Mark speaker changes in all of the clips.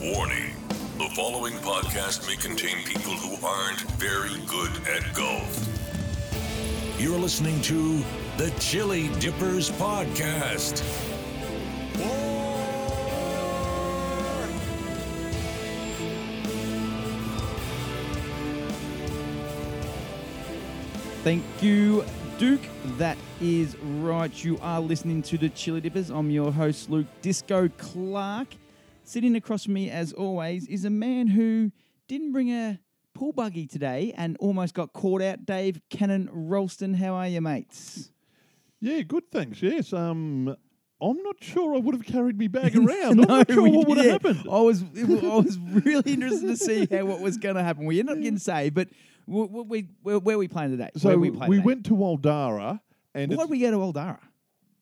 Speaker 1: Warning the following podcast may contain people who aren't very good at golf. You're listening to the Chili Dippers Podcast.
Speaker 2: Thank you, Duke. That is right. You are listening to the Chili Dippers. I'm your host, Luke Disco Clark. Sitting across from me, as always, is a man who didn't bring a pool buggy today and almost got caught out. Dave Cannon Ralston, how are you, mates?
Speaker 3: Yeah, good thanks. Yes, um, I'm not sure I would have carried me bag around. I'm not
Speaker 2: No,
Speaker 3: sure
Speaker 2: we-
Speaker 3: what would have
Speaker 2: yeah,
Speaker 3: happened.
Speaker 2: I was, it wa- I was really interested to see how what was going to happen. We ended up getting saved, but w- w- we, where, where we playing today?
Speaker 3: So
Speaker 2: where
Speaker 3: we,
Speaker 2: playing today?
Speaker 3: went to Waldara, and
Speaker 2: Why did
Speaker 3: it's,
Speaker 2: we go to Oldara?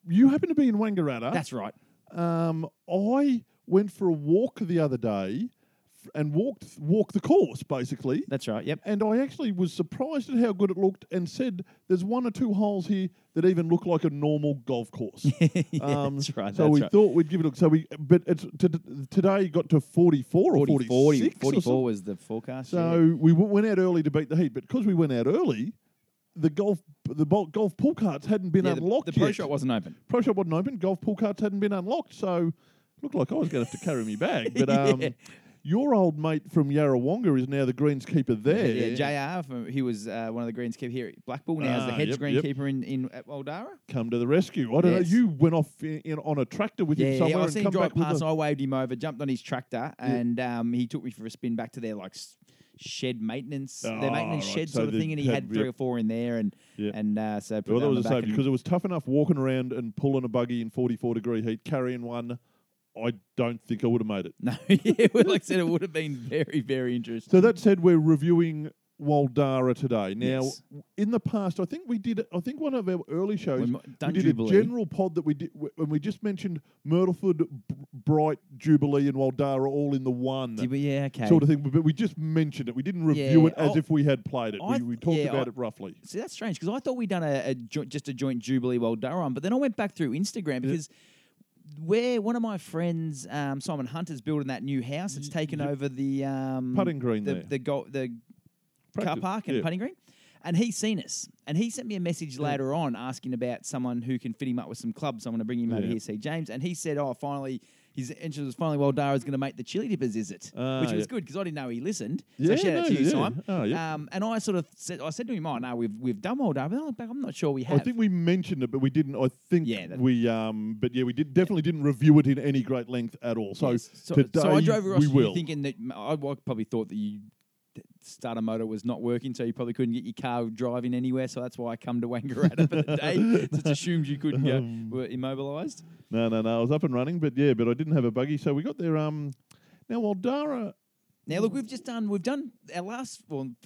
Speaker 3: you happen to be in Wangaratta.
Speaker 2: That's right.
Speaker 3: Um, I went for a walk the other day, f- and walked walked the course basically.
Speaker 2: That's right. Yep.
Speaker 3: and I actually was surprised at how good it looked, and said, "There's one or two holes here that even look like a normal golf course." Um,
Speaker 2: that's right,
Speaker 3: So
Speaker 2: that's
Speaker 3: we
Speaker 2: right.
Speaker 3: thought we'd give it a look. So we, but it's t- t- today got to 44 or 46 or
Speaker 2: 40, 44
Speaker 3: something.
Speaker 2: was the forecast.
Speaker 3: So we w- went out early to beat the heat, but because we went out early, the golf the bol- golf pool carts hadn't been
Speaker 2: yeah, the,
Speaker 3: unlocked
Speaker 2: the pro
Speaker 3: yet.
Speaker 2: shop wasn't open.
Speaker 3: pro shop wasn't open. Golf pool carts hadn't been unlocked, so looked like I was going to have to carry me bag. But um,
Speaker 2: Yeah.
Speaker 3: your old mate from Yarrawonga is now the greenskeeper there.
Speaker 2: Yeah, JR, from, he was uh, one of the greenskeeper here at Blackpool. Now he's the
Speaker 3: Ah,
Speaker 2: hedge
Speaker 3: yep, yep.
Speaker 2: greenkeeper in, in at Waldara.
Speaker 3: come to the rescue. I don't
Speaker 2: Yes.
Speaker 3: know. You went off in, in on a tractor with
Speaker 2: Yeah,
Speaker 3: him
Speaker 2: yeah,
Speaker 3: somewhere
Speaker 2: yeah, I
Speaker 3: and
Speaker 2: seen him
Speaker 3: come
Speaker 2: drive
Speaker 3: back with
Speaker 2: past.
Speaker 3: a-
Speaker 2: I waved him over, jumped on his tractor, and um, he took me for a spin back to their like s- shed maintenance, their
Speaker 3: Ah,
Speaker 2: maintenance
Speaker 3: right,
Speaker 2: shed
Speaker 3: so
Speaker 2: sort of
Speaker 3: they
Speaker 2: thing. And he
Speaker 3: had-
Speaker 2: had three
Speaker 3: yep.
Speaker 2: or four in there, and
Speaker 3: Yeah.
Speaker 2: and uh, so put
Speaker 3: Well,
Speaker 2: that
Speaker 3: that
Speaker 2: on
Speaker 3: was
Speaker 2: the
Speaker 3: a
Speaker 2: back
Speaker 3: safety
Speaker 2: and-
Speaker 3: because it was tough enough walking around and pulling a buggy in 44 degree heat, carrying one. I don't think I would have made it.
Speaker 2: no, yeah, well, like I said, it would have been very, very interesting.
Speaker 3: So that said, we're reviewing Waldara today. Now,
Speaker 2: Yes.
Speaker 3: in the past, I think we did. I think one of our early shows
Speaker 2: We mo-
Speaker 3: we
Speaker 2: done
Speaker 3: did
Speaker 2: Jubilee.
Speaker 3: a general pod that we did, w- and we just mentioned Myrtleford, B- Bright, Jubilee, and Waldara all in the one
Speaker 2: Did we- yeah, okay.
Speaker 3: sort of thing. But we just mentioned it. We didn't review
Speaker 2: Yeah,
Speaker 3: it as
Speaker 2: I-
Speaker 3: if we had played it.
Speaker 2: I-
Speaker 3: we, we talked
Speaker 2: yeah, I-
Speaker 3: about it roughly.
Speaker 2: See, that's strange because I thought we'd done a, a jo- just a joint Jubilee World Durham, but then I went back through Instagram because where one of my friends, um, Simon Hunter's building that new house. It's taken over the um,
Speaker 3: Putting green
Speaker 2: the
Speaker 3: there.
Speaker 2: the, go- the car
Speaker 3: Practice,
Speaker 2: park and
Speaker 3: yeah.
Speaker 2: putting green. And he's seen us, and he sent me a message later on asking about someone who can fit him up with some clubs. I want to bring him over
Speaker 3: Yeah.
Speaker 2: here, see James. And he said, "Oh, finally." His interest was finally, well, Dara's going to make the chili dippers, is it?
Speaker 3: Ah,
Speaker 2: Which was
Speaker 3: yeah.
Speaker 2: good because I didn't know he listened. So
Speaker 3: Yeah,
Speaker 2: shout out
Speaker 3: no,
Speaker 2: to you,
Speaker 3: yeah.
Speaker 2: Simon.
Speaker 3: Oh, yeah.
Speaker 2: Um, and I sort of said, I said to him, "Oh no, we've we've done all day." But I look back, I'm not sure we have.
Speaker 3: I think we mentioned it, but we didn't. I think
Speaker 2: Yeah, that-
Speaker 3: we, um, but yeah, we did definitely didn't review it in any great length at all. So
Speaker 2: Yes. so,
Speaker 3: today
Speaker 2: so I drove across
Speaker 3: we
Speaker 2: to you
Speaker 3: will.
Speaker 2: thinking that m- I wa- probably thought that you the starter motor was not working, so you probably couldn't get your car driving anywhere. So that's why I come to Wangaratta for the day. Just assumed you couldn't go,
Speaker 3: Um,
Speaker 2: were immobilised.
Speaker 3: no, no, no. I was up and running, but yeah, but I didn't have a buggy, so we got there. Um, now Waldara,
Speaker 2: Now
Speaker 3: Mm.
Speaker 2: look, we've just done we've done our last one.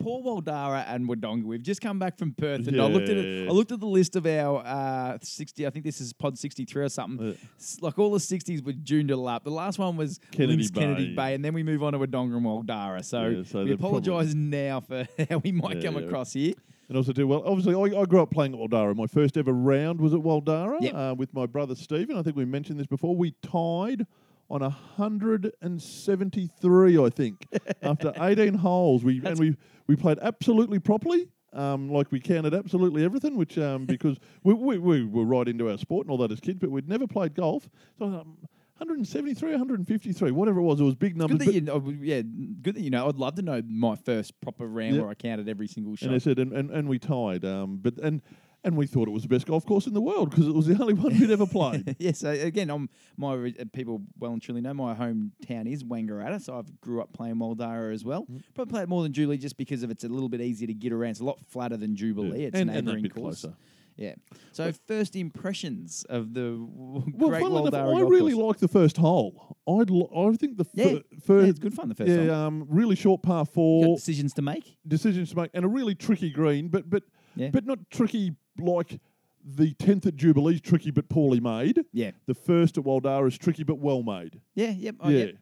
Speaker 2: Paul Waldara and Wodonga. We've just come back from Perth, and I looked at it. I
Speaker 3: Yeah.
Speaker 2: looked at the list of our uh, sixty. I think this is Pod sixty three or something.
Speaker 3: Yeah.
Speaker 2: S- Like all the sixties were Joondalup. The last one was
Speaker 3: Kennedy
Speaker 2: Lynx Kennedy
Speaker 3: Bay.
Speaker 2: Bay, and then we move on to Wodonga and Waldara. So,
Speaker 3: Yeah, so
Speaker 2: we
Speaker 3: they're probably-
Speaker 2: apologise now for how we might
Speaker 3: Yeah,
Speaker 2: come
Speaker 3: yeah.
Speaker 2: across here.
Speaker 3: and also too well. Obviously, I, I grew up playing at Waldara. My first ever round was at Waldara
Speaker 2: Yep.
Speaker 3: uh, with my brother Stephen. I think we mentioned this before. We tied on hundred and seventy-three, I think, after eighteen holes. We and we we played absolutely properly. Um, like we counted absolutely everything, which um, because we, we, we were right into our sport and all that as kids, but we'd never played golf. So um, 173, 153, whatever it was, it was big numbers.
Speaker 2: Good that
Speaker 3: Um, but-
Speaker 2: you know, yeah, good that you know. I'd love to know my first proper round
Speaker 3: Yeah.
Speaker 2: where I counted every single shot.
Speaker 3: And they said, and, and, and we tied. Um, but and and we thought it was the best golf course in the world because it was the only one we'd ever played.
Speaker 2: yeah, so again, I'm my ori- uh, people well and truly know my hometown is Wangaratta, so I've grew up playing Waldara as
Speaker 3: Mm-hmm.
Speaker 2: well. Probably played more than Jubilee just because of it's a little bit easier to get around. It's a lot flatter than Jubilee.
Speaker 3: Yeah.
Speaker 2: It's
Speaker 3: And- and a
Speaker 2: neighbouring
Speaker 3: bit
Speaker 2: course.
Speaker 3: closer.
Speaker 2: Yeah. So first impressions of the w-
Speaker 3: Well,
Speaker 2: great
Speaker 3: funnily
Speaker 2: Waldara.
Speaker 3: enough, I
Speaker 2: golf
Speaker 3: really
Speaker 2: course.
Speaker 3: liked the first hole. I'd li- I think the
Speaker 2: Yeah,
Speaker 3: fir- first
Speaker 2: yeah, it's good fun. The first
Speaker 3: yeah,
Speaker 2: time.
Speaker 3: um, really short par
Speaker 2: You got
Speaker 3: four
Speaker 2: decisions to make.
Speaker 3: decisions to make and a really tricky green, but but
Speaker 2: Yeah.
Speaker 3: but not tricky like the tenth at Jubilee's tricky but poorly made.
Speaker 2: Yeah.
Speaker 3: The first at Waldara is tricky but well made.
Speaker 2: Oh, Yeah. Yep. I
Speaker 3: yeah.
Speaker 2: get-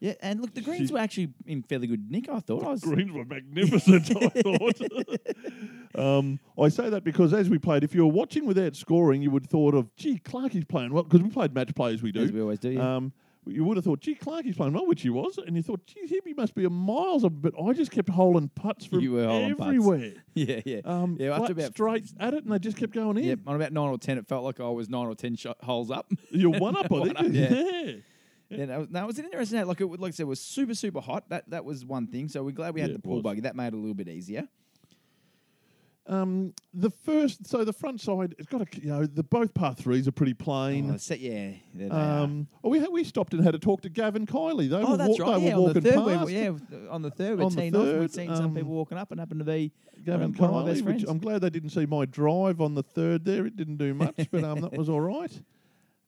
Speaker 2: Yeah. And look, the greens were actually in fairly good nick. I thought. I was.
Speaker 3: Greens were magnificent, I thought. um, I say that because as we played, if you were watching without scoring, you would thought of, gee, Clark is playing well, because we played match play as we do.
Speaker 2: As we always do, yeah.
Speaker 3: Um, you would have thought, gee, Clarkie's playing well, which he was, and you thought, gee, Hibby must be a miles up, but I just kept holding putts from
Speaker 2: You were holding putts.
Speaker 3: everywhere.
Speaker 2: Yeah, yeah.
Speaker 3: Um,
Speaker 2: yeah,
Speaker 3: flat straight at it, and they just kept going in.
Speaker 2: Yep, on about nine or ten, it felt like I was nine or ten shot holes up.
Speaker 3: You're one up, I
Speaker 2: One
Speaker 3: think.
Speaker 2: up, yeah.
Speaker 3: yeah.
Speaker 2: Yeah, that was, that was an interesting. Like it, would- like I said, it was super, super hot. That that was one thing. So we're glad we had
Speaker 3: Yeah,
Speaker 2: the
Speaker 3: it
Speaker 2: pool
Speaker 3: was.
Speaker 2: buggy. That made it a little bit easier.
Speaker 3: Um, the first, so the front side, it's got a, you know, the both par threes are pretty
Speaker 2: Oh,
Speaker 3: plain.
Speaker 2: set, yeah, there they are.
Speaker 3: um, oh, we had, we stopped and had a talk to Gavin Kiley. They
Speaker 2: Oh,
Speaker 3: were,
Speaker 2: that's
Speaker 3: walk,
Speaker 2: right.
Speaker 3: they
Speaker 2: Yeah,
Speaker 3: were
Speaker 2: on the
Speaker 3: walking
Speaker 2: third,
Speaker 3: past.
Speaker 2: we, yeah, th- on the third, we're
Speaker 3: On the
Speaker 2: teeing off. We'd
Speaker 3: third,
Speaker 2: seen some
Speaker 3: um,
Speaker 2: people walking up and happened to be
Speaker 3: Gavin
Speaker 2: um, one of my
Speaker 3: Kiley,
Speaker 2: best
Speaker 3: which
Speaker 2: friends.
Speaker 3: I'm glad they didn't see my drive on the third there. It didn't do much, but um, that was all right.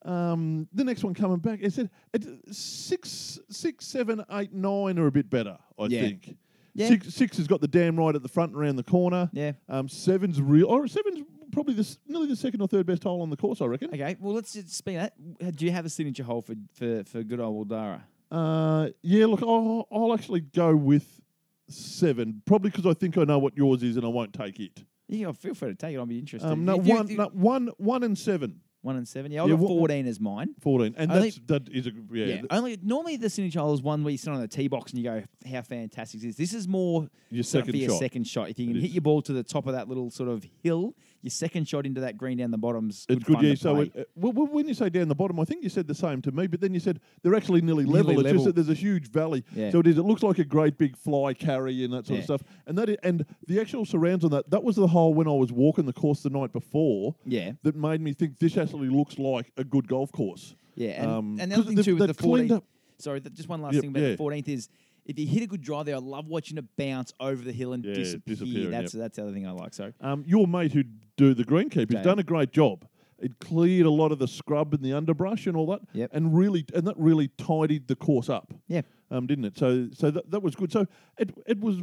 Speaker 3: Um, the next one coming back, it said it, six, six, seven, eight, nine are a bit better, I
Speaker 2: Yeah.
Speaker 3: think.
Speaker 2: Yeah.
Speaker 3: Six, six has got the damn right at the front and around the corner.
Speaker 2: Yeah.
Speaker 3: Um, seven's real, or seven's probably the, s- nearly the second or third best hole on the course, I reckon.
Speaker 2: Okay, well, let's just speak of that. Do you have a signature hole for for, for good old Waldara?
Speaker 3: Uh, yeah, look, I'll, I'll actually go with seven, probably because I think I know what yours is and I won't take it.
Speaker 2: Yeah, feel free to take it. I'll be interested.
Speaker 3: Um, no,
Speaker 2: You- you-
Speaker 3: one,
Speaker 2: you-
Speaker 3: no, one, one and seven.
Speaker 2: one and seven. Yeah, I
Speaker 3: Yeah,
Speaker 2: got
Speaker 3: wha-
Speaker 2: fourteen as mine.
Speaker 3: 14. And
Speaker 2: I
Speaker 3: that's,
Speaker 2: think-
Speaker 3: that is a,
Speaker 2: Yeah,
Speaker 3: yeah. th-
Speaker 2: only normally the signature hole is one where you sit on the tee box and you go, "How fantastic is this?" This is more
Speaker 3: Your
Speaker 2: sort of
Speaker 3: second
Speaker 2: for your
Speaker 3: shot.
Speaker 2: second shot. If you can
Speaker 3: It
Speaker 2: hit
Speaker 3: is.
Speaker 2: your ball to the top of that little sort of hill, your second shot into that green down the bottom's
Speaker 3: It's good,
Speaker 2: fun
Speaker 3: yeah.
Speaker 2: to
Speaker 3: So
Speaker 2: play.
Speaker 3: it, uh, well, well, when you say down the bottom, I think you said the same to me, but then you said they're actually nearly,
Speaker 2: Nearly
Speaker 3: level. It's
Speaker 2: level.
Speaker 3: just that there's a huge valley.
Speaker 2: Yeah.
Speaker 3: So it is. It looks like a great big fly carry and that sort
Speaker 2: Yeah.
Speaker 3: of stuff. And that i and the actual surrounds on that. That was the hole when I was walking the course the night before.
Speaker 2: Yeah.
Speaker 3: That made me think this actually looks like a good golf course.
Speaker 2: Yeah, and,
Speaker 3: Um,
Speaker 2: and the other
Speaker 3: 'cause
Speaker 2: thing
Speaker 3: they've-
Speaker 2: too with the
Speaker 3: they've cleaned
Speaker 2: fourteenth.
Speaker 3: up-
Speaker 2: Sorry, th- just one last
Speaker 3: Yep,
Speaker 2: thing about the
Speaker 3: yeah.
Speaker 2: fourteenth is if you hit a good drive there, I love watching it bounce over the hill and
Speaker 3: Yeah,
Speaker 2: disappear.
Speaker 3: disappearing,
Speaker 2: That's
Speaker 3: yep.
Speaker 2: that's the other thing I like. So
Speaker 3: Um, your mate who do the greenkeeper's
Speaker 2: Dave.
Speaker 3: done a great job. It cleared a lot of the scrub and the underbrush and all that,
Speaker 2: Yep.
Speaker 3: and really and that really tidied the course up.
Speaker 2: yeah,
Speaker 3: um, didn't it? So so that, that was good. So it it was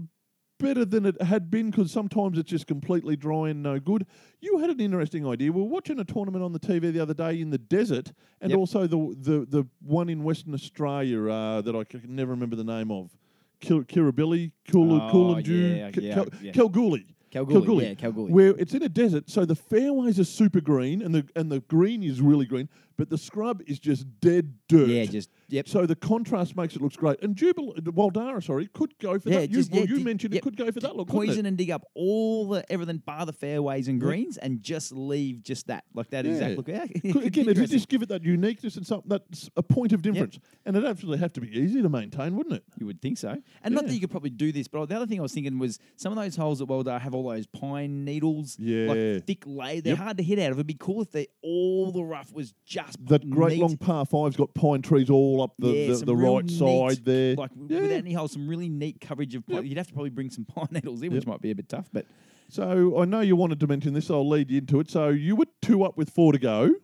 Speaker 3: better than it had been because sometimes it's just completely dry and no good. You had an interesting idea. We were watching a tournament on the TV the other day in the desert, and
Speaker 2: Yep.
Speaker 3: also the the the one in Western Australia uh, that I c- can never remember the name of. Kil- Kirribilli, Kula,
Speaker 2: Oh,
Speaker 3: Coolandu,
Speaker 2: yeah,
Speaker 3: K-
Speaker 2: yeah,
Speaker 3: Kel-
Speaker 2: yeah.
Speaker 3: Kalgoorlie.
Speaker 2: Kalgoorlie, yeah, Kalgoorlie.
Speaker 3: Where it's in a desert, so the fairways are super green, and the and the green is really green, but the scrub is just dead dirt.
Speaker 2: yeah, just yep.
Speaker 3: So the contrast makes it looks great. And Jubal, Waldara, sorry, could go for
Speaker 2: Yeah,
Speaker 3: that. You,
Speaker 2: just,
Speaker 3: well,
Speaker 2: yeah,
Speaker 3: you
Speaker 2: dig-
Speaker 3: mentioned
Speaker 2: yep,
Speaker 3: it could go for that look. couldn't it?
Speaker 2: Poison and dig up all the everything bar the fairways and greens and just leave just that like that exact
Speaker 3: Yeah.
Speaker 2: look. Yeah,
Speaker 3: Could-
Speaker 2: could be
Speaker 3: Again, if you
Speaker 2: interesting.
Speaker 3: just give it that uniqueness and something, that's a point of difference. And it'd absolutely have to be easy to maintain, wouldn't it?
Speaker 2: You would think so. And not that
Speaker 3: Yeah.
Speaker 2: you could probably do this, but the other thing I was thinking was some of those holes at Weldar have all those pine needles,
Speaker 3: Yeah.
Speaker 2: like thick lay. They're
Speaker 3: Yep.
Speaker 2: hard to hit out of. It'd be cool if they all the rough was just
Speaker 3: That great
Speaker 2: neat.
Speaker 3: long par five's got pine trees all up the,
Speaker 2: Yeah,
Speaker 3: the,
Speaker 2: some
Speaker 3: the
Speaker 2: real
Speaker 3: right
Speaker 2: neat,
Speaker 3: side there.
Speaker 2: Like w-
Speaker 3: Yeah.
Speaker 2: without any holes, some really neat coverage of. pine. You'd have to probably bring some pine needles in, which
Speaker 3: Yep.
Speaker 2: might be a bit tough, but
Speaker 3: So I know you wanted to mention this. I'll lead you into it. So you were two up with four to go.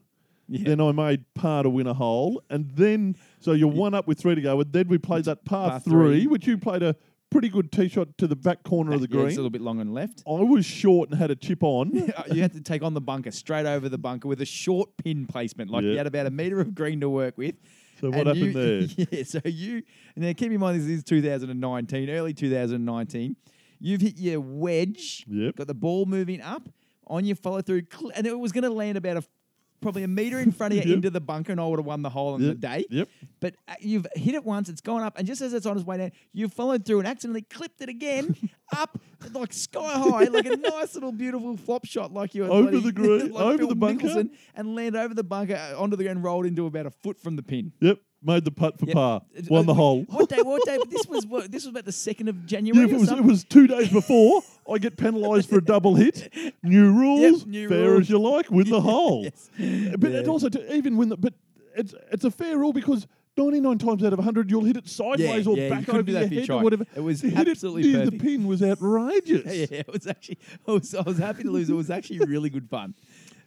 Speaker 2: Yeah.
Speaker 3: Then I made par to win a hole, and then so you're one up with three to go, and then we played that par,
Speaker 2: Par
Speaker 3: three,
Speaker 2: three.
Speaker 3: which you played a pretty good tee shot to the back corner of the
Speaker 2: yeah, it's
Speaker 3: green.
Speaker 2: a little bit long and left.
Speaker 3: I was short and had a chip on.
Speaker 2: Uh, you had to take on the bunker straight over the bunker with a short pin placement. Like you
Speaker 3: Yeah.
Speaker 2: had about a meter of green to work with.
Speaker 3: So
Speaker 2: And
Speaker 3: what happened
Speaker 2: you- Yeah, so you and now keep in mind this is 2019, early 2019. You've hit your wedge,
Speaker 3: Yep.
Speaker 2: got the ball moving up on your follow through, cl- and it was going to land about a probably a meter in front of you
Speaker 3: Yep.
Speaker 2: into the bunker, and I would have won the hole on the
Speaker 3: Yep,
Speaker 2: day.
Speaker 3: yep.
Speaker 2: But uh, you've hit it once, it's gone up, and just as it's on its way down, you followed through and accidentally clipped it again up like sky high, like a nice little beautiful flop shot, like you were
Speaker 3: Over
Speaker 2: bloody-
Speaker 3: the green- over
Speaker 2: Phil
Speaker 3: the bunker?
Speaker 2: Mickelson, and land over the bunker uh, onto the ground, rolled into about a foot from the pin.
Speaker 3: yep, made the putt for
Speaker 2: Yep.
Speaker 3: par,
Speaker 2: It-
Speaker 3: won
Speaker 2: uh,
Speaker 3: the hole.
Speaker 2: What day? What day? This was what, this was about the second of January.
Speaker 3: Yeah, if
Speaker 2: or
Speaker 3: it was, it
Speaker 2: something.
Speaker 3: was two days before, I get penalised for a double hit. New rules,
Speaker 2: new
Speaker 3: fair
Speaker 2: rules.
Speaker 3: as you like, win the hole.
Speaker 2: Yes.
Speaker 3: But
Speaker 2: Yeah.
Speaker 3: it also to even win the but it's it's a fair rule because. 99 times out of 100, you'll hit it sideways or
Speaker 2: yeah, you
Speaker 3: back
Speaker 2: couldn't
Speaker 3: over
Speaker 2: do that
Speaker 3: your
Speaker 2: if you
Speaker 3: head
Speaker 2: tried.
Speaker 3: or whatever.
Speaker 2: It was
Speaker 3: To hit
Speaker 2: absolutely
Speaker 3: near
Speaker 2: perfect.
Speaker 3: The pin was outrageous.
Speaker 2: yeah, yeah, it was actually. I was, I was happy to lose. It was actually really good fun.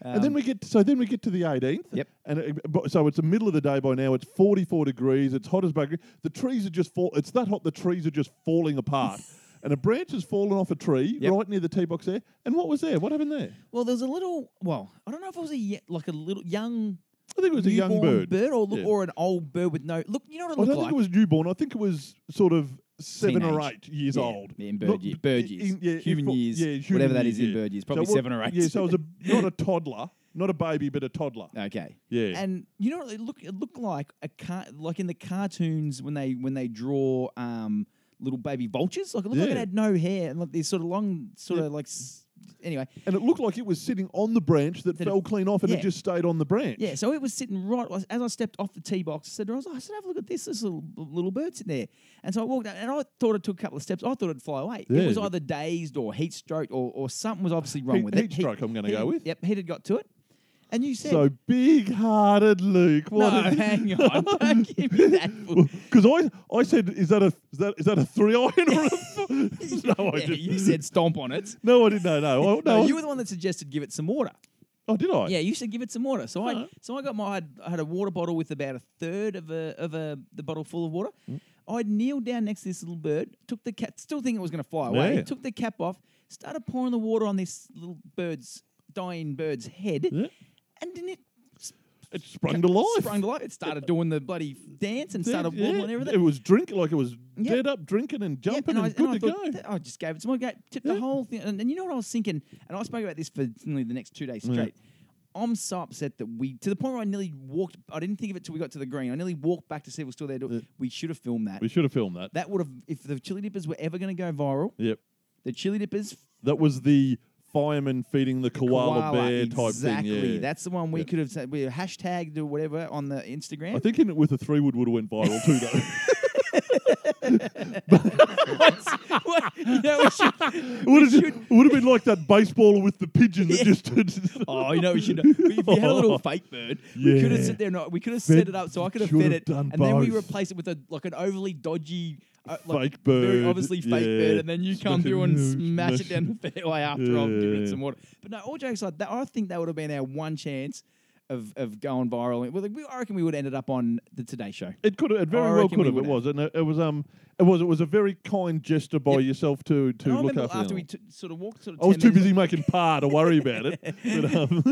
Speaker 2: Um,
Speaker 3: and then we get so then we get to the 18th.
Speaker 2: Yep.
Speaker 3: And it, but- so it's the middle of the day by now. It's 44 degrees. It's hot as bugger. The trees are just fall. It's that hot. The trees are just falling apart. and a branch has fallen off a tree
Speaker 2: Yep.
Speaker 3: right near the tee box there. And what was there? What happened there?
Speaker 2: well, there was a little. Well, I don't know if it was a ye- like a little young.
Speaker 3: I think it was a young
Speaker 2: newborn
Speaker 3: bird.
Speaker 2: or look,
Speaker 3: Yeah.
Speaker 2: or an old bird with no look. You know what it
Speaker 3: I don't
Speaker 2: looked
Speaker 3: think
Speaker 2: like.
Speaker 3: it was newborn. I think it was sort of seven or
Speaker 2: Teenage.
Speaker 3: eight years
Speaker 2: Yeah,
Speaker 3: old.
Speaker 2: yeah, in bird ye- bird years. Human
Speaker 3: fo-
Speaker 2: years,
Speaker 3: yeah,
Speaker 2: whatever that
Speaker 3: years,
Speaker 2: is in
Speaker 3: yeah.
Speaker 2: bird years, probably
Speaker 3: what-
Speaker 2: seven or eight.
Speaker 3: Yeah, so it was a, not a toddler. Not a baby, but a toddler.
Speaker 2: Okay.
Speaker 3: Yeah.
Speaker 2: And you know, it look it looked like a car, like in the cartoons when they when they draw um little baby vultures. Like it looked like it
Speaker 3: Yeah.
Speaker 2: had no hair and like these sort of long, sort of like. s- Anyway,
Speaker 3: And it looked like it was sitting on the branch that,
Speaker 2: That it-
Speaker 3: fell clean off and
Speaker 2: yeah.
Speaker 3: it just stayed on the branch.
Speaker 2: yeah. So it was sitting right as I stepped off the tee box. I said, I, was, I said, have a look at this. This little little bird sitting there. And so I walked out, and I thought it took a couple of steps. I thought it'd fly away. It
Speaker 3: Yeah.
Speaker 2: was either dazed or heat stroke or, or something was obviously wrong
Speaker 3: Heat-
Speaker 2: with it.
Speaker 3: heat stroke I'm gonna
Speaker 2: heat-
Speaker 3: go with.
Speaker 2: Yep, heat had got to it. And you said,
Speaker 3: So big hearted Luke.
Speaker 2: no,
Speaker 3: What
Speaker 2: hang on, don't give me that. bull-
Speaker 3: Because I, I said, is that a is that is that a three iron or a four? no, I
Speaker 2: Yeah,
Speaker 3: didn't.
Speaker 2: you said stomp on it.
Speaker 3: no, I didn't. No, no, I, no.
Speaker 2: No,
Speaker 3: I-
Speaker 2: you were the one that suggested give it some water.
Speaker 3: oh, did I?
Speaker 2: Yeah, you said give it some water. So I
Speaker 3: Alright.
Speaker 2: so I got my I had, I had a water bottle with about a third of a of a the bottle full of water.
Speaker 3: Mm.
Speaker 2: I kneeled down next to this little bird, took the cap, still thinking it was going to fly away.
Speaker 3: Yeah.
Speaker 2: Took the cap off, started pouring the water on this little bird's dying bird's head,
Speaker 3: Yeah.
Speaker 2: and didn't it
Speaker 3: It sprung to life.
Speaker 2: sprung to life? It started doing the bloody dance and
Speaker 3: Dead-
Speaker 2: started
Speaker 3: yeah.
Speaker 2: wobbling and everything.
Speaker 3: It was drink like it was
Speaker 2: Yeah.
Speaker 3: dead up drinking and
Speaker 2: Yep,
Speaker 3: jumping and,
Speaker 2: I,
Speaker 3: good
Speaker 2: I
Speaker 3: to
Speaker 2: thought,
Speaker 3: go.
Speaker 2: "Th- I just gave it some. I gave, tipped the
Speaker 3: Yeah.
Speaker 2: whole thing. And, and you know what I was thinking? And I spoke about this for nearly the next two days straight. I'm so upset that we, to the point where I nearly walked, I didn't think of it till we got to the green. I nearly walked back to see if it was still there.
Speaker 3: Yeah.
Speaker 2: We should have filmed that.
Speaker 3: we should have filmed that.
Speaker 2: That would have, if the Chili Dippers were ever going to go viral,
Speaker 3: Yep.
Speaker 2: the Chili Dippers,
Speaker 3: That was the fireman feeding the koala,
Speaker 2: koala,
Speaker 3: bear type thing.
Speaker 2: exactly.
Speaker 3: Yeah.
Speaker 2: That's the one we
Speaker 3: Yep.
Speaker 2: could have said, we hashtagged or whatever on the Instagram.
Speaker 3: I think in it with a three wood would have went viral too though.
Speaker 2: What? You know, we should,
Speaker 3: It would have, it would have been like that baseballer with the pigeon that
Speaker 2: Yeah.
Speaker 3: just.
Speaker 2: Oh, you know, we should. If we had a
Speaker 3: Oh,
Speaker 2: little fake bird, we could have
Speaker 3: Yeah.
Speaker 2: sit there. And, we could have set
Speaker 3: Fed-
Speaker 2: it up so I could have
Speaker 3: should
Speaker 2: fed
Speaker 3: have
Speaker 2: it,
Speaker 3: done
Speaker 2: and then we
Speaker 3: both.
Speaker 2: replace it with a like an overly dodgy, uh, like,
Speaker 3: Fake
Speaker 2: very
Speaker 3: bird,
Speaker 2: obviously fake
Speaker 3: yeah.
Speaker 2: bird, and then you come
Speaker 3: Smash it,
Speaker 2: through and
Speaker 3: yeah,
Speaker 2: smash it
Speaker 3: smash
Speaker 2: down the fairway after I've given it
Speaker 3: Yeah.
Speaker 2: some water. But no, all jokes like that, I think that would have been our one chance of of going viral. Well, like, we, I reckon we would have ended up on the Today Show.
Speaker 3: It could have. It very
Speaker 2: Oh, I
Speaker 3: well
Speaker 2: reckon
Speaker 3: could
Speaker 2: we
Speaker 3: have. It
Speaker 2: would
Speaker 3: was, and it, it was. Um, it was. It was a very kind gesture by
Speaker 2: Yep.
Speaker 3: yourself to to
Speaker 2: And I
Speaker 3: look
Speaker 2: remember
Speaker 3: after.
Speaker 2: after
Speaker 3: them.
Speaker 2: we t- sort of walked, sort of
Speaker 3: I was
Speaker 2: 10
Speaker 3: too
Speaker 2: minutes-
Speaker 3: busy making par to worry about it. But, um,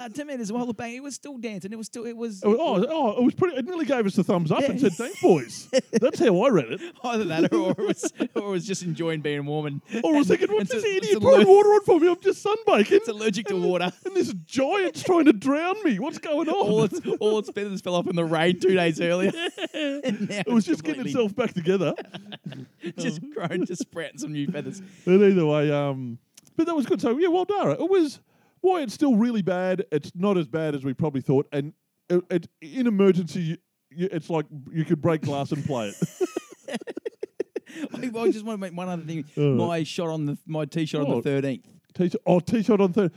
Speaker 2: uh, ten minutes. Well, look, bang, it was still dancing. It was still. It was.
Speaker 3: oh, oh, it was pretty. It nearly gave us a thumbs up and
Speaker 2: Yeah.
Speaker 3: said, "Thanks, boys." That's how I read it.
Speaker 2: Either that, or it was, or it was just enjoying being warm and.
Speaker 3: Or I was
Speaker 2: and-
Speaker 3: thinking, "What's
Speaker 2: and it's
Speaker 3: this
Speaker 2: a-
Speaker 3: idiot
Speaker 2: it's a lear-
Speaker 3: pouring water on for me? I'm just sunbaking,
Speaker 2: It's allergic to water.
Speaker 3: and this giant's trying to drown me. What's going on?"
Speaker 2: All its all its feathers fell off in the rain two days earlier. And now
Speaker 3: it was
Speaker 2: it's
Speaker 3: just getting
Speaker 2: completely
Speaker 3: itself back together.
Speaker 2: just grown, just sprouting some new feathers.
Speaker 3: But either way, um, but that was good. So yeah, well, Dara, it was. Why it's still really bad. It's not as bad as we probably thought. And it, it, in emergency, you, you, it's like you could break glass and play it.
Speaker 2: I, I just want to make one other thing.
Speaker 3: Uh.
Speaker 2: My shot on the my tee shot on the
Speaker 3: Oh.
Speaker 2: thirteenth.
Speaker 3: T- oh, T-shirt on third.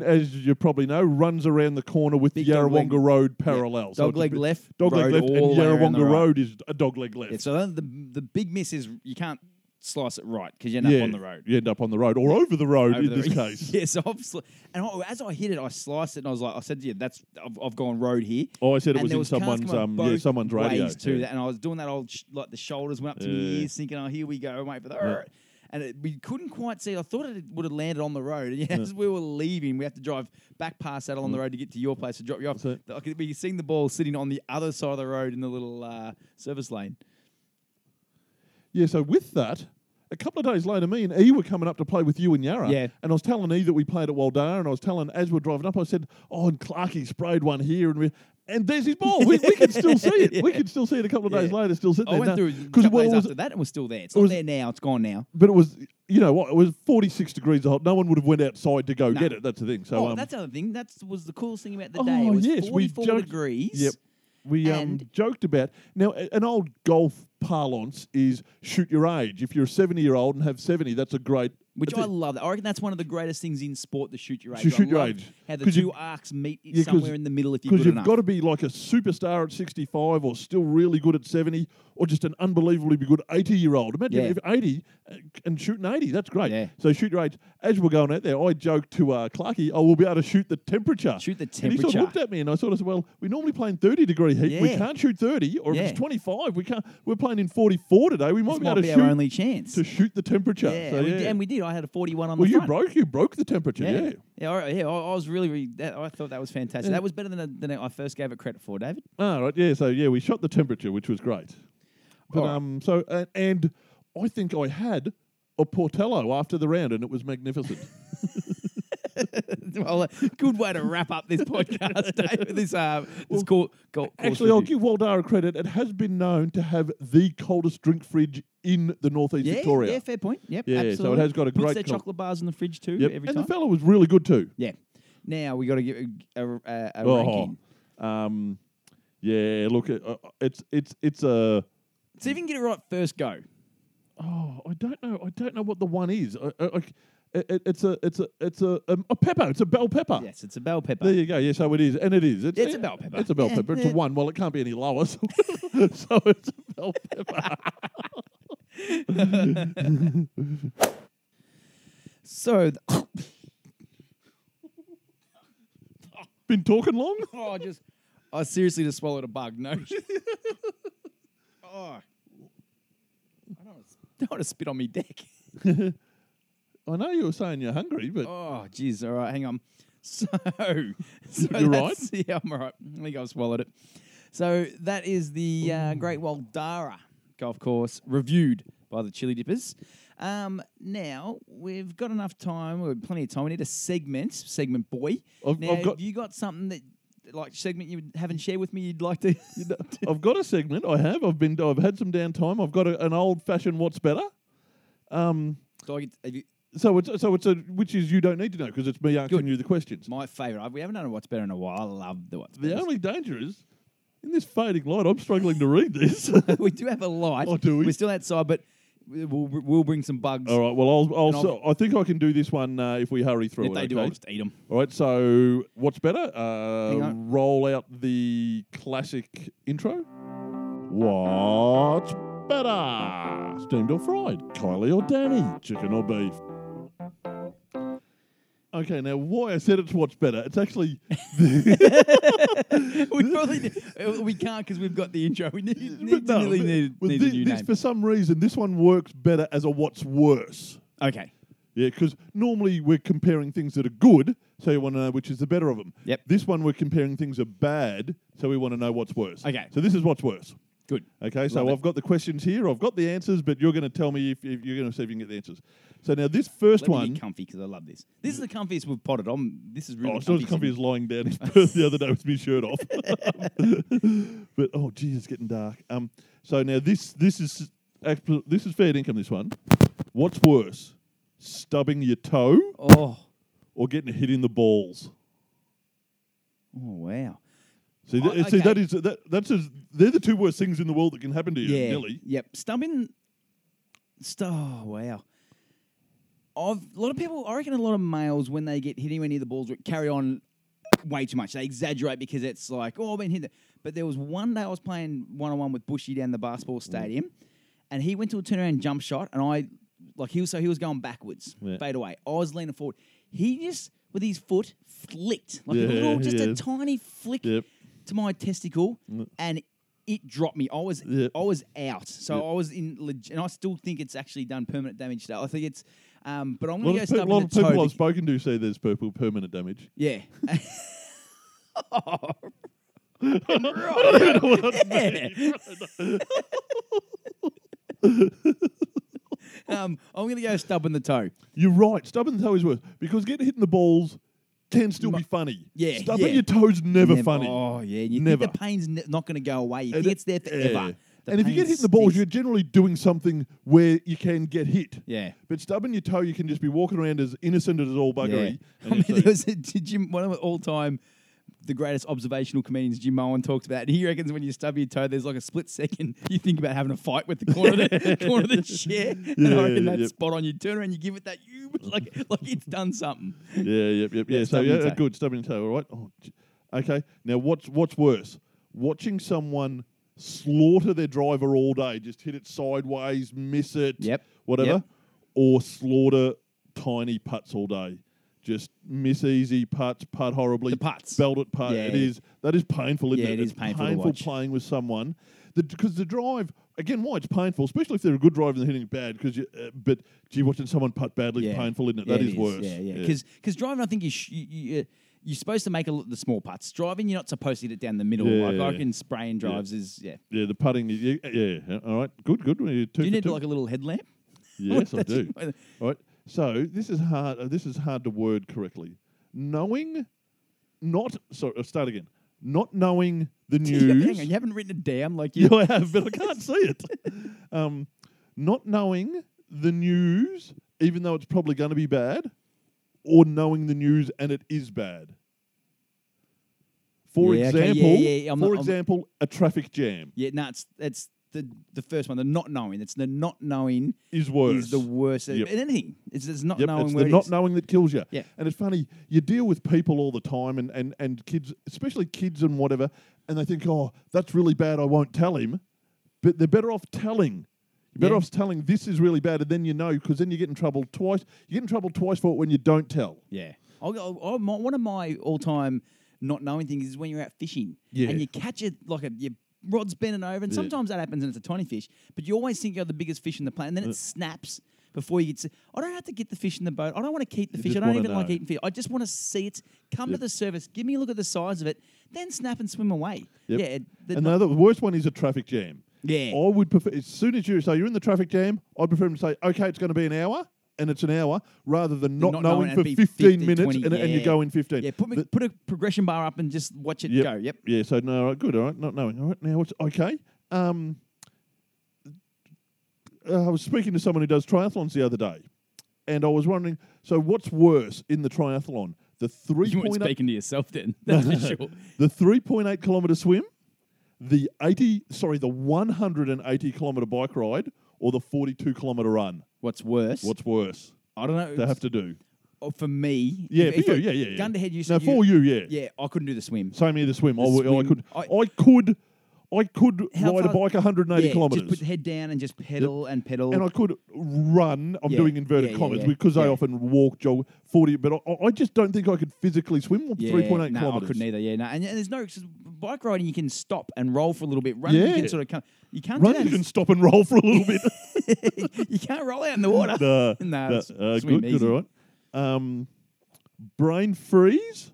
Speaker 3: As you probably know, runs around the corner with
Speaker 2: Big
Speaker 3: the
Speaker 2: dog leg.
Speaker 3: Yarrawonga Road parallel. So
Speaker 2: Dog
Speaker 3: it's a
Speaker 2: leg
Speaker 3: bit-
Speaker 2: left,
Speaker 3: dog
Speaker 2: road
Speaker 3: leg left,
Speaker 2: all
Speaker 3: and
Speaker 2: the way around the
Speaker 3: Yarrawonga
Speaker 2: right.
Speaker 3: Road is a dog leg left.
Speaker 2: Yeah, so then the the big miss is you can't slice it right because you end up on the road.
Speaker 3: You end up on the road or over the road
Speaker 2: Over
Speaker 3: in
Speaker 2: the
Speaker 3: this
Speaker 2: road.
Speaker 3: case.
Speaker 2: yes, obviously. And I, as I hit it, I sliced it, and I was like, I said to you, "That's I've, I've gone road here."
Speaker 3: Oh, I said it
Speaker 2: and
Speaker 3: was
Speaker 2: there
Speaker 3: in
Speaker 2: cars coming
Speaker 3: someone's, um, yeah,
Speaker 2: both
Speaker 3: someone's radio,
Speaker 2: ways too,
Speaker 3: yeah.
Speaker 2: and I was doing that old sh- like the shoulders went up to my
Speaker 3: Yeah.
Speaker 2: ears, thinking, "Oh, here we go, wait for the." And it, we couldn't quite see. it. I thought it would have landed on the road. And as we were leaving, we have to drive back past that along the road to get to your place to drop you off.
Speaker 3: Mm. That's
Speaker 2: I could be seeing the ball sitting on the other side of the road in the little uh, service lane.
Speaker 3: Yeah, so with that, a couple of days later, me and E were coming up to play with you and Yarra.
Speaker 2: Yeah.
Speaker 3: And I was telling E that we played at Waldara, and I was telling, as we're driving up, I said, Oh, and Clarkey sprayed one here, and we. And there's his ball. We, we can still see it. We can still see it a couple of days
Speaker 2: Yeah.
Speaker 3: later. Still sitting
Speaker 2: I
Speaker 3: there.
Speaker 2: went
Speaker 3: No,
Speaker 2: through a
Speaker 3: 'cause
Speaker 2: couple
Speaker 3: what
Speaker 2: days
Speaker 3: was-
Speaker 2: after that, and was still there. It's
Speaker 3: it
Speaker 2: not
Speaker 3: was-
Speaker 2: there now. It's gone now.
Speaker 3: But it was, you know what? It was 46 degrees. The whole, no one would have went outside to go
Speaker 2: No.
Speaker 3: get it. That's the thing.
Speaker 2: oh,
Speaker 3: So um,
Speaker 2: that's the other thing. That was the coolest thing about the
Speaker 3: Oh,
Speaker 2: day. It was
Speaker 3: yes, we
Speaker 2: 44
Speaker 3: joked-
Speaker 2: degrees.
Speaker 3: Yep. We um,
Speaker 2: And-
Speaker 3: joked about now a- an old golf parlance is shoot your age. If you're a 70 year old and have 70, that's a great.
Speaker 2: Which
Speaker 3: that's
Speaker 2: I
Speaker 3: it.
Speaker 2: love. I reckon that's one of the greatest things in sport, the shoot your age.
Speaker 3: Shoot-
Speaker 2: I
Speaker 3: shoot your
Speaker 2: love
Speaker 3: age.
Speaker 2: How the
Speaker 3: 'Cause
Speaker 2: two
Speaker 3: you-
Speaker 2: arcs meet
Speaker 3: Yeah, 'cause-
Speaker 2: somewhere in the middle if you're
Speaker 3: Because
Speaker 2: good
Speaker 3: you've
Speaker 2: enough.
Speaker 3: got to be like a superstar at 65 or still really good at 70 or just an unbelievably good 80 year old. Imagine
Speaker 2: Yeah.
Speaker 3: if 80 uh, and shooting 80, that's great.
Speaker 2: Yeah.
Speaker 3: So shoot your age. As we're going out there, I joked to uh, Clarky, I will be able to shoot the temperature.
Speaker 2: Shoot the
Speaker 3: And he sort
Speaker 2: temperature.
Speaker 3: of looked at me and I sort of said, well, we normally play in 30 degree heat. We
Speaker 2: Yeah.
Speaker 3: can't shoot 30 or if
Speaker 2: Yeah.
Speaker 3: it's 25, we can't. We're playing in 44 today. We might
Speaker 2: this
Speaker 3: be
Speaker 2: might
Speaker 3: able
Speaker 2: be
Speaker 3: to
Speaker 2: our
Speaker 3: shoot
Speaker 2: only chance.
Speaker 3: to shoot the temperature.
Speaker 2: yeah,
Speaker 3: So,
Speaker 2: and, we
Speaker 3: yeah.
Speaker 2: did, and we did. I had a 41 on
Speaker 3: well,
Speaker 2: the
Speaker 3: you
Speaker 2: front.
Speaker 3: broke you broke the temperature.
Speaker 2: yeah,
Speaker 3: Yeah.
Speaker 2: yeah, all right, yeah. I, I was really, really that, I thought that was fantastic. That was better than, than I first gave it credit for, David.
Speaker 3: Ah, right. Yeah. So yeah, we shot the temperature, which was great. But
Speaker 2: All right.
Speaker 3: um, so and, and I think I had a Portello after the round, and it was magnificent.
Speaker 2: well, uh, good way to wrap up this podcast, Dave. This uh, this call, call, course
Speaker 3: Actually, I'll
Speaker 2: review.
Speaker 3: give Waldara credit. It has been known to have the coldest drink fridge in the northeast
Speaker 2: yeah,
Speaker 3: Victoria.
Speaker 2: yeah, fair point. Yep,
Speaker 3: Yeah, so it
Speaker 2: absolutely.
Speaker 3: has got a
Speaker 2: Puts
Speaker 3: great
Speaker 2: their
Speaker 3: col-
Speaker 2: chocolate bars in the fridge too
Speaker 3: Yep.
Speaker 2: every
Speaker 3: and
Speaker 2: time.
Speaker 3: the fella was really good too. Oh,
Speaker 2: yeah. Now we got to give a, a, a, a ranking.
Speaker 3: um, yeah. Look, it, uh, it's it's it's a.
Speaker 2: See if you can get it right first go.
Speaker 3: Oh, I don't know. I don't know what the one is. I, I, I, it, it's a it's a it's a um, a pepper. It's a bell pepper.
Speaker 2: Yes, it's a bell pepper.
Speaker 3: There you go. Yeah, so it is, and it is. It's,
Speaker 2: It's a bell pepper.
Speaker 3: It's a bell
Speaker 2: Yeah,
Speaker 3: pepper. It's a
Speaker 2: yeah.
Speaker 3: one. Well, it can't be any lower, so, so it's a bell pepper.
Speaker 2: So, th-
Speaker 3: Been talking long.
Speaker 2: oh, I just I seriously just swallowed a bug. No. oh, I don't wanna s- don't want to spit on me deck.
Speaker 3: I know you were saying you're hungry, but
Speaker 2: Oh, jeez. All right, hang on. So, so
Speaker 3: You're right?
Speaker 2: that's- Yeah, I'm all right. I think I swallowed it. So that is the uh, Great Waldara golf course reviewed by the Chili Dippers. Um, now we've got enough time. We've got plenty of time. We need a segment, segment boy.
Speaker 3: I've-
Speaker 2: now,
Speaker 3: I've got-
Speaker 2: have you got something that, like, segment you haven't shared with me? You'd like to?
Speaker 3: I've got a segment. I have. I've been. I've had some downtime. I've got a, an old-fashioned "What's Better."
Speaker 2: so I get, have you,
Speaker 3: So it's so it's a which is you don't need to know because it's me asking
Speaker 2: Good.
Speaker 3: you the questions.
Speaker 2: my favorite. We haven't done a what's better in a while. I love the what's
Speaker 3: The
Speaker 2: better.
Speaker 3: only danger is in this fading light. I'm struggling to read this.
Speaker 2: we do have a light.
Speaker 3: Oh, do Oh, we?
Speaker 2: We're still outside, but we'll we'll bring some bugs.
Speaker 3: All right. Well, I'll. I'll,
Speaker 2: And I'll-
Speaker 3: so, I think I can do this one uh, if we hurry through
Speaker 2: If
Speaker 3: it.
Speaker 2: they do,
Speaker 3: okay?
Speaker 2: I'll just eat them.
Speaker 3: All right. So what's better?
Speaker 2: Hang
Speaker 3: Uh,
Speaker 2: on.
Speaker 3: roll out the classic intro. What's better? Steamed or fried? Kylie or Danny? Chicken or beef? Okay, now why I said it's what's better, it's actually
Speaker 2: we probably need, uh, we can't because we've got the intro. We need, need,
Speaker 3: But no,
Speaker 2: really
Speaker 3: but-
Speaker 2: need,
Speaker 3: well,
Speaker 2: need
Speaker 3: thi-
Speaker 2: a new
Speaker 3: this-
Speaker 2: name.
Speaker 3: For some reason, this one works better as a what's worse.
Speaker 2: okay,
Speaker 3: Yeah, because normally we're comparing things that are good, so you want to know which is the better of them.
Speaker 2: Yep.
Speaker 3: This one we're comparing things are bad, so we want to know what's worse.
Speaker 2: Okay.
Speaker 3: So this is what's worse.
Speaker 2: good.
Speaker 3: Okay, so
Speaker 2: Love it.
Speaker 3: I've got the questions here, I've got the answers, but you're going to tell me if, if you're going to see if you can get the answers. So now this first
Speaker 2: Let me
Speaker 3: one,
Speaker 2: get comfy because I love this. This is the comfiest we've potted on. This is really
Speaker 3: oh, it's not as comfy as lying down in Perth the other day with my shirt off. but oh, geez, it's getting dark. Um, so now this this is exp- this is fair income. This one, what's worse, stubbing your toe
Speaker 2: Oh, oh
Speaker 3: or getting hit in the balls?
Speaker 2: oh, wow.
Speaker 3: See,
Speaker 2: Oh,
Speaker 3: th- see, that
Speaker 2: okay.
Speaker 3: is that that's as they're the two worst things in the world that can happen to you,
Speaker 2: Yeah.
Speaker 3: Dilly.
Speaker 2: Yep. Stubbing. St- oh wow. I've, a lot of people, I reckon, a lot of males when they get hit anywhere near the balls carry on way too much. They exaggerate because it's like, oh, I've been hit. there." But there was one day I was playing one on one with Bushy down the basketball
Speaker 3: Mm.
Speaker 2: stadium, and he went to a turnaround jump shot, and I like he was so he was going backwards,
Speaker 3: Yeah.
Speaker 2: fade away. I was leaning forward. He just with his foot flicked like a
Speaker 3: Yeah,
Speaker 2: little, just a
Speaker 3: yeah.
Speaker 2: tiny flick
Speaker 3: Yep. Mm.
Speaker 2: to my testicle, and it dropped me. I was
Speaker 3: Yeah.
Speaker 2: I was out. So I was in, leg- and I still think it's actually done permanent damage. Though I think it's, um, but I'm
Speaker 3: A lot
Speaker 2: gonna go
Speaker 3: of, pe-
Speaker 2: stubbing
Speaker 3: lot
Speaker 2: the
Speaker 3: of people
Speaker 2: toe.
Speaker 3: I've
Speaker 2: bec-
Speaker 3: spoken to say there's purple permanent damage.
Speaker 2: yeah. um, I'm gonna go stubbing the toe.
Speaker 3: You're right. Stubbing the toe is worse because getting hit in the balls can still be funny.
Speaker 2: yeah,
Speaker 3: Stubbing
Speaker 2: yeah.
Speaker 3: your toes never,
Speaker 2: Never-
Speaker 3: funny.
Speaker 2: Oh yeah, and you
Speaker 3: Never.
Speaker 2: think the pain's ne- not gonna go away. You
Speaker 3: And
Speaker 2: think it's there
Speaker 3: yeah.
Speaker 2: forever. The
Speaker 3: and if you
Speaker 2: pain
Speaker 3: get hit in the balls,
Speaker 2: sticks.
Speaker 3: you're generally doing something where you can get hit.
Speaker 2: Yeah.
Speaker 3: But stubbing your toe, you can just be walking around as innocent as all buggery.
Speaker 2: I
Speaker 3: and
Speaker 2: mean,
Speaker 3: it's
Speaker 2: there
Speaker 3: like-
Speaker 2: was a, Jim, one of the all-time, the greatest observational comedians, Jim Owen, talked about. He reckons when you stub your toe, there's like a split second you think about having a fight with the corner of the, corner of the chair, and I
Speaker 3: Yeah,
Speaker 2: reckon
Speaker 3: yeah,
Speaker 2: that's
Speaker 3: yep.
Speaker 2: spot on. You turn around, you give it that you like like it's done something.
Speaker 3: yeah, yep, yep, yeah. so
Speaker 2: stubbing your
Speaker 3: yeah, uh,
Speaker 2: toe.
Speaker 3: good stubbing your toe. All right. Oh, gee. okay. Now what's what's worse? Watching someone slaughter their driver all day, just hit it sideways, miss it,
Speaker 2: Yep,
Speaker 3: whatever,
Speaker 2: yep.
Speaker 3: or slaughter tiny putts all day. Just miss easy putts, putt horribly.
Speaker 2: The putts.
Speaker 3: belt it putt.
Speaker 2: Yeah.
Speaker 3: It is that is painful. Isn't
Speaker 2: Yeah,
Speaker 3: it
Speaker 2: it is
Speaker 3: It's
Speaker 2: painful to watch.
Speaker 3: playing with someone because the, drive again why it's painful, especially if they're a good driver and they're hitting bad. Because uh, but gee, watching someone putt badly is painful, isn't it?
Speaker 2: Yeah,
Speaker 3: that is, worse.
Speaker 2: Yeah, yeah. Because driving, I think you. Sh- you, you uh, you're supposed to make a, l- the small putts. Driving, you're not supposed to get it down the middle.
Speaker 3: Yeah,
Speaker 2: like
Speaker 3: yeah,
Speaker 2: I
Speaker 3: yeah.
Speaker 2: reckon spraying drives is yeah.
Speaker 3: Yeah, the putting. Yeah, yeah, yeah. All right. Good. Good. We're two
Speaker 2: Do you
Speaker 3: for
Speaker 2: need
Speaker 3: two.
Speaker 2: like a little headlamp?
Speaker 3: yes, I do.
Speaker 2: That's-
Speaker 3: All right. So this is hard. uh, This is hard to word correctly. knowing, not sorry. I'll Start again. Not knowing the
Speaker 2: Hang
Speaker 3: news.
Speaker 2: on, you haven't written it down like you.
Speaker 3: Yeah, I have, but I can't see it. Um, not knowing the news, even though it's probably going to be bad, or knowing the news and it is bad. For
Speaker 2: Yeah, okay, yeah,
Speaker 3: example,
Speaker 2: yeah, yeah, I'm
Speaker 3: for
Speaker 2: not- I'm-
Speaker 3: example, a traffic jam
Speaker 2: Yeah, no, it's it's the the first one, the not knowing. It's the not knowing
Speaker 3: is worse.
Speaker 2: is the worst.
Speaker 3: Yep.
Speaker 2: In anything, it's, it's not
Speaker 3: Yep,
Speaker 2: knowing
Speaker 3: it's
Speaker 2: where
Speaker 3: the
Speaker 2: it
Speaker 3: not
Speaker 2: is.
Speaker 3: knowing that kills you.
Speaker 2: Yeah.
Speaker 3: And it's funny, you deal with people all the time and, and, and kids, especially kids and whatever, and they think, oh, that's really bad, I won't tell him. But they're better off telling. You're better
Speaker 2: Yeah.
Speaker 3: off telling this is really bad, and then you know, because then you get in trouble twice. You get in trouble twice for it when you don't tell.
Speaker 2: Yeah. I'll, go- I'll, my, one of my all-time not knowing things is when you're out fishing
Speaker 3: Yeah.
Speaker 2: and you catch it like a your rod's bending over, and
Speaker 3: Yeah.
Speaker 2: sometimes that happens and it's a tiny fish, but you always think you're the biggest fish in the planet, and then it snaps before you get. To, I don't have to get the fish in the boat. I don't want to keep the fish.
Speaker 3: just
Speaker 2: I don't
Speaker 3: wanna
Speaker 2: even like
Speaker 3: know.
Speaker 2: eating fish. I just want to see it come
Speaker 3: Yep.
Speaker 2: to the surface, give me a look at the size of it, then snap and swim away.
Speaker 3: Yep.
Speaker 2: Yeah. it- the-
Speaker 3: Another the worst one is a traffic jam.
Speaker 2: Yeah.
Speaker 3: I would prefer as soon as you say you're in the traffic jam, I'd prefer them to say, okay, it's going to be an hour, and it's an hour, rather than not,
Speaker 2: not knowing
Speaker 3: knowing
Speaker 2: and
Speaker 3: for
Speaker 2: be
Speaker 3: 15
Speaker 2: 50,
Speaker 3: minutes
Speaker 2: 20,
Speaker 3: and, and you
Speaker 2: yeah.
Speaker 3: go in 15.
Speaker 2: yeah. Put me,
Speaker 3: The-
Speaker 2: put a progression bar up and just watch it go. Yep.
Speaker 3: Yeah. So no. All right. Good. All right. Not knowing. All right. Now what's okay? Um, uh, I was speaking to someone who does triathlons the other day, and I was wondering. So what's worse in the triathlon? The three
Speaker 2: You weren't
Speaker 3: point eight,
Speaker 2: speaking to yourself then. That's for sure.
Speaker 3: the three point eight kilometer swim, the eighty sorry the one hundred and eighty kilometer bike ride, or the forty two kilometer run.
Speaker 2: What's worse?
Speaker 3: What's worse?
Speaker 2: I don't know.
Speaker 3: They have to do.
Speaker 2: Oh, for me,
Speaker 3: Yeah,
Speaker 2: if-
Speaker 3: for
Speaker 2: if
Speaker 3: you,
Speaker 2: I-
Speaker 3: yeah, yeah, yeah.
Speaker 2: Gun to head, you
Speaker 3: No,
Speaker 2: said
Speaker 3: for you, yeah.
Speaker 2: Yeah, I couldn't do the swim.
Speaker 3: Same here. The swim. I,
Speaker 2: The
Speaker 3: w- I
Speaker 2: swim.
Speaker 3: could.
Speaker 2: I-
Speaker 3: I, could. I could
Speaker 2: How
Speaker 3: ride a
Speaker 2: far-
Speaker 3: bike 180
Speaker 2: yeah,
Speaker 3: kilometres.
Speaker 2: Just put the head down and just pedal and pedal.
Speaker 3: and I could run. I'm
Speaker 2: Yeah,
Speaker 3: doing
Speaker 2: yeah,
Speaker 3: inverted
Speaker 2: yeah,
Speaker 3: commas
Speaker 2: yeah,
Speaker 3: because I
Speaker 2: yeah.
Speaker 3: often walk, jog, forty. But I, I just don't think I could physically swim
Speaker 2: yeah,
Speaker 3: 3.8
Speaker 2: no, I
Speaker 3: kilometers.
Speaker 2: couldn't either. Yeah, no. and, and there's no 'cause bike riding. You can stop and roll for a little bit. Running, you
Speaker 3: Yeah.
Speaker 2: can sort of come. You can't do
Speaker 3: Run,
Speaker 2: that.
Speaker 3: you can stop and roll for a little bit.
Speaker 2: you can't roll out in the water.
Speaker 3: Nah,
Speaker 2: No,
Speaker 3: nah,
Speaker 2: that's-
Speaker 3: uh,
Speaker 2: swim
Speaker 3: good, good,
Speaker 2: easy.
Speaker 3: all right. Um, brain freeze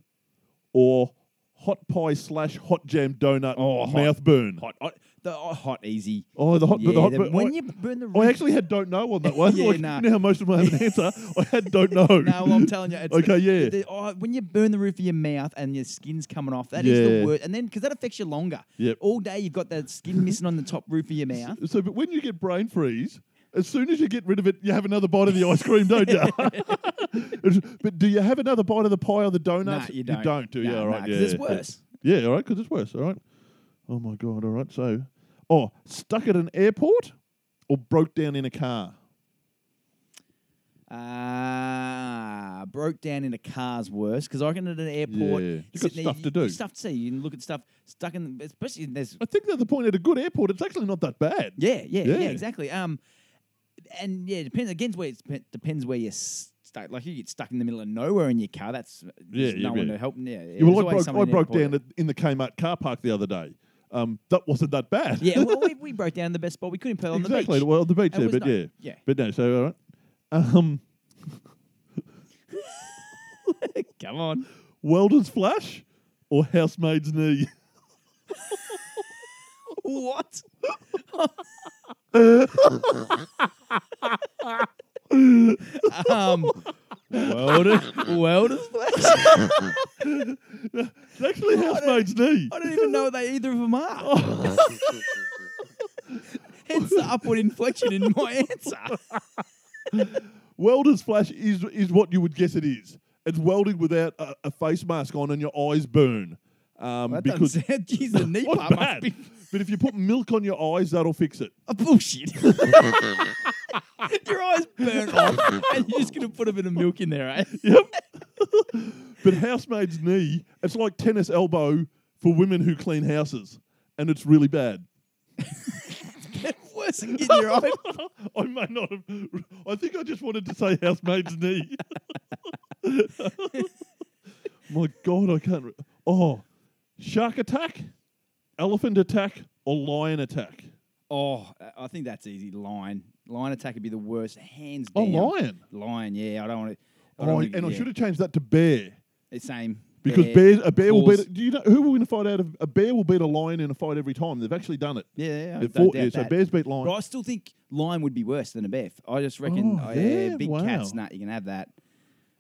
Speaker 3: or hot pie slash hot jam donut
Speaker 2: Oh, hot.
Speaker 3: mouth burn.
Speaker 2: Hot, hot, the, oh, hot, easy.
Speaker 3: Oh, the hot,
Speaker 2: yeah,
Speaker 3: the hot
Speaker 2: the-
Speaker 3: burn.
Speaker 2: when
Speaker 3: I-
Speaker 2: you burn the
Speaker 3: Oh, I
Speaker 2: rib-
Speaker 3: actually had don't know on that one.
Speaker 2: Yeah,
Speaker 3: like,
Speaker 2: nah.
Speaker 3: Now most of them have an answer. I had don't know.
Speaker 2: No, well, I'm telling you. It's
Speaker 3: okay, yeah.
Speaker 2: the- oh, when you burn the roof of your mouth and your skin's coming off, that is
Speaker 3: Yeah.
Speaker 2: the worst. And then because that affects you longer.
Speaker 3: Yep.
Speaker 2: All day you've got that skin missing on the top roof of your mouth.
Speaker 3: So, but when you get brain freeze, as soon as you get rid of it, you have another bite of the ice cream, don't you? It's- but do you have another bite of the pie or the donuts?
Speaker 2: Nah, you don't.
Speaker 3: You don't, do you?
Speaker 2: Nah,
Speaker 3: all right,
Speaker 2: nah,
Speaker 3: yeah,
Speaker 2: 'cause it's
Speaker 3: yeah.
Speaker 2: worse.
Speaker 3: Yeah, all right, because it's worse. All right. Oh my god. All right. So, oh, stuck at an airport or broke down in a car.
Speaker 2: Ah, broke down in a car's worse because I reckon at an airport,
Speaker 3: Yeah. You got
Speaker 2: sitting
Speaker 3: stuff
Speaker 2: you-
Speaker 3: to do.
Speaker 2: you stuff to see. You can look at stuff stuck in, especially in there's
Speaker 3: I think that the point at a good airport, it's actually not that bad.
Speaker 2: yeah, yeah, yeah,
Speaker 3: Yeah.
Speaker 2: exactly. Um, and yeah, it depends again where it's, dep- depends where you're stuck. Like you get stuck in the middle of nowhere in your car. That's
Speaker 3: Yeah,
Speaker 2: there's
Speaker 3: yeah,
Speaker 2: no one
Speaker 3: yeah.
Speaker 2: to help. Yeah, yeah,
Speaker 3: Yeah, well,
Speaker 2: there's always
Speaker 3: I broke,
Speaker 2: someone
Speaker 3: I
Speaker 2: in the
Speaker 3: broke
Speaker 2: airport.
Speaker 3: down at, in the Kmart car park the other day. Um, that wasn't that bad.
Speaker 2: Yeah, well, we, we broke down the best spot we could in Pearl on the
Speaker 3: exactly.
Speaker 2: beach.
Speaker 3: Well, the
Speaker 2: It
Speaker 3: beach there,
Speaker 2: was
Speaker 3: but
Speaker 2: ni-
Speaker 3: yeah,
Speaker 2: yeah.
Speaker 3: but no. So all right. Um,
Speaker 2: Come on.
Speaker 3: welder's flash or housemaid's knee.
Speaker 2: What? um,
Speaker 3: Welder.
Speaker 2: Welder's flash.
Speaker 3: it's actually housemaid's knee.
Speaker 2: I don't even know what they either of them are. Hence the upward inflection in my answer.
Speaker 3: Welder's flash is is what you would guess it is. It's welded without a, a face mask on, and your eyes burn. Um,
Speaker 2: That
Speaker 3: because
Speaker 2: doesn't sound, geez, the knee
Speaker 3: What's
Speaker 2: part must
Speaker 3: bad?
Speaker 2: be
Speaker 3: But if you put milk on your eyes, that'll fix it.
Speaker 2: a bullshit. Your eyes burn off, and you're just gonna put a bit of milk in there, eh?
Speaker 3: But housemaid's knee, it's like tennis elbow for women who clean houses, and it's really bad.
Speaker 2: Worse than getting your eye
Speaker 3: I may not have. I think I just wanted to say housemaid's knee. My God, I can't. Re- oh, shark attack, elephant attack, or lion attack?
Speaker 2: Oh, I- I think that's easy. Lion, lion attack would be the worst, hands
Speaker 3: Oh,
Speaker 2: down.
Speaker 3: lion.
Speaker 2: lion. Yeah, I don't want to.
Speaker 3: Oh, and I should have changed that to bear
Speaker 2: It's same
Speaker 3: because bears, a bear will
Speaker 2: claws.
Speaker 3: beat. Do you know who will win a fight out of a bear will beat a lion in a fight every time? They've actually done it.
Speaker 2: Yeah, yeah, yeah, I
Speaker 3: They've
Speaker 2: don't
Speaker 3: fought-
Speaker 2: doubt
Speaker 3: yeah, so
Speaker 2: that.
Speaker 3: bears beat lion.
Speaker 2: But I still think lion would be worse than a bear. I just reckon.
Speaker 3: Oh,
Speaker 2: oh, yeah,
Speaker 3: yeah,
Speaker 2: big
Speaker 3: wow.
Speaker 2: cats. Nah, you can have that.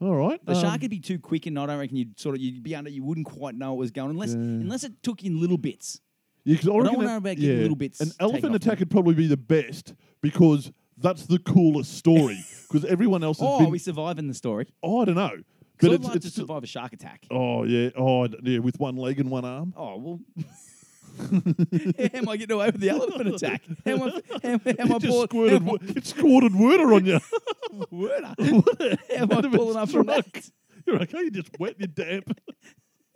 Speaker 3: All right.
Speaker 2: The
Speaker 3: um,
Speaker 2: shark would be too quick, and I don't reckon you'd sort of you'd be under. You wouldn't quite know it was going unless unless it took in little bits.
Speaker 3: Yeah, 'cause I
Speaker 2: don't
Speaker 3: reckon
Speaker 2: wanna
Speaker 3: that-
Speaker 2: know about getting little bits
Speaker 3: An
Speaker 2: taken
Speaker 3: elephant
Speaker 2: off
Speaker 3: attack
Speaker 2: me.
Speaker 3: would probably be the best because that's the coolest story. Because everyone else has
Speaker 2: Oh,
Speaker 3: been.
Speaker 2: we survive in the story.
Speaker 3: I don't know,
Speaker 2: But it's,
Speaker 3: but it's,
Speaker 2: like
Speaker 3: it's
Speaker 2: to
Speaker 3: still-
Speaker 2: survive a shark attack.
Speaker 3: oh yeah, oh d- yeah, with one leg and one arm.
Speaker 2: Oh well. how am I getting away with the elephant attack? How am I? How, how am I
Speaker 3: it just
Speaker 2: pulling? How
Speaker 3: squirted,
Speaker 2: am Oh, I,
Speaker 3: wo- it squirted water on you.
Speaker 2: Werner? How am I pulling up from that?
Speaker 3: You're okay. You're just wet. You're damp.